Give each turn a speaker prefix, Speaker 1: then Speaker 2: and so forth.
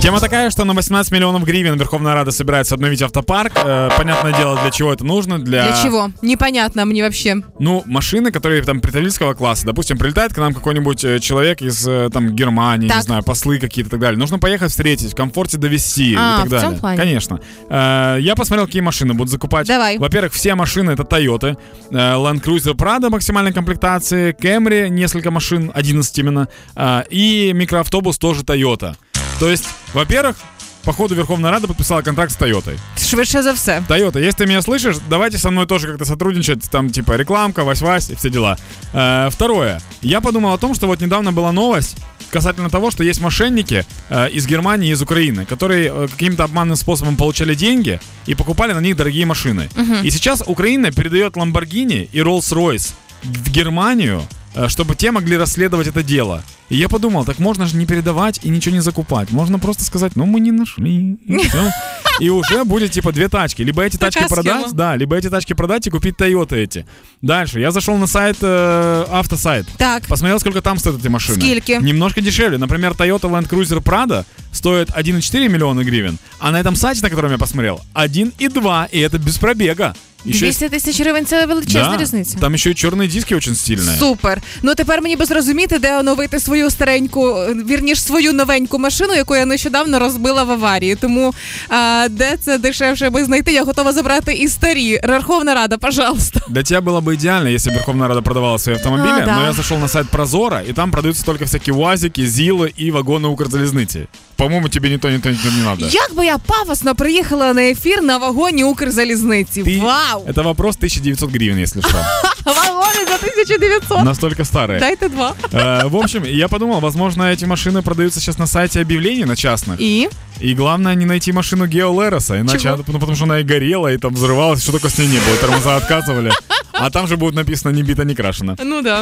Speaker 1: Тема такая, что на 18 миллионов гривен Верховная Рада собирается обновить автопарк. Э, понятное дело, для чего это нужно. Для,
Speaker 2: Для чего? Непонятно мне вообще.
Speaker 1: Ну, машины, которые там представительского класса. Допустим, прилетает к нам какой-нибудь э, человек из э, там Германии, не
Speaker 2: Так.
Speaker 1: знаю, послы какие-то и так далее. Нужно поехать встретить, в комфорте довести и
Speaker 2: А,
Speaker 1: так
Speaker 2: в
Speaker 1: далее.
Speaker 2: том плане.
Speaker 1: Конечно. Э, я посмотрел, какие машины будут закупать.
Speaker 2: Давай.
Speaker 1: Во-первых, все машины это Toyota, э, Land Cruiser Prado максимальной комплектации, Camry несколько машин, 11 именно, э, и микроавтобус тоже Toyota. То есть, во-первых, походу Верховная Рада подписала контракт с Toyota.
Speaker 2: Швидше за все.
Speaker 1: Тойота, если ты меня слышишь, давайте со мной тоже как-то сотрудничать, там типа рекламка, вась-вась и все дела. Э, второе. Я подумал о том, что вот недавно была новость касательно того, что есть мошенники э, из Германии, из Украины, которые э, каким-то обманным способом получали деньги и покупали на них дорогие машины. И сейчас Украина передает Lamborghini и Rolls-Royce в Германию, э, чтобы те могли расследовать это дело. И я подумал, так можно же не передавать и ничего не закупать. Можно просто сказать, ну мы не нашли. и всё. И уже будет типа две тачки. Либо эти тачки
Speaker 2: Такая схема.
Speaker 1: продать, да, либо эти тачки продать и купить Тойоты эти. Дальше. Я зашел на сайт, э, автосайт.
Speaker 2: Так,
Speaker 1: Посмотрел, сколько там стоят эти машины.
Speaker 2: Скильки?
Speaker 1: Немножко дешевле. Например, Toyota Land Cruiser Prado стоит 1,4 миллиона гривен, а на этом сайте, на котором я посмотрел, 1,2, и это без пробега. Еще есть-
Speaker 2: 200 тисяч гривень це величезна
Speaker 1: Да,
Speaker 2: різниця.
Speaker 1: Там еще и черные диски очень стильные.
Speaker 2: Супер. Ну тепер мені би зрозуміти, де оновити свою стареньку, е, вірніш свою новеньку машину, яку я нещодавно розбила в аварії. Тому а, де це дешевше би знайти, я готова забрати і старі. Верховна Рада, пожалуйста.
Speaker 1: Для тебя было бы идеально, если бы Верховная Рада продавала свои автомобили,
Speaker 2: А, да.
Speaker 1: но я зашел на сайт Прозора, и там продаются только всякие УАЗики, ЗИЛы и вагоны Укрзалезныти. По-моему, тебе ни то, ни то, ни то не надо.
Speaker 2: Як би я пафосно приїхала на ефір на вагоні Укрзалізниці.
Speaker 1: Ты-
Speaker 2: Вау!
Speaker 1: Это вопрос 1900 гривен, если что.
Speaker 2: Вагони за 1900.
Speaker 1: Настолько старые.
Speaker 2: Дайте два.
Speaker 1: Э, В общем, я подумал, возможно, эти машины продаются сейчас на сайте объявлений на частных.
Speaker 2: І
Speaker 1: И главное не найти машину Гео Лероса, иначе,
Speaker 2: Чего?
Speaker 1: она- ну, потому что она и горела, и там взрывалась, что только с ней не было, и тормоза отказывали. А там же будет написано «не бито, не крашено».
Speaker 2: ну да.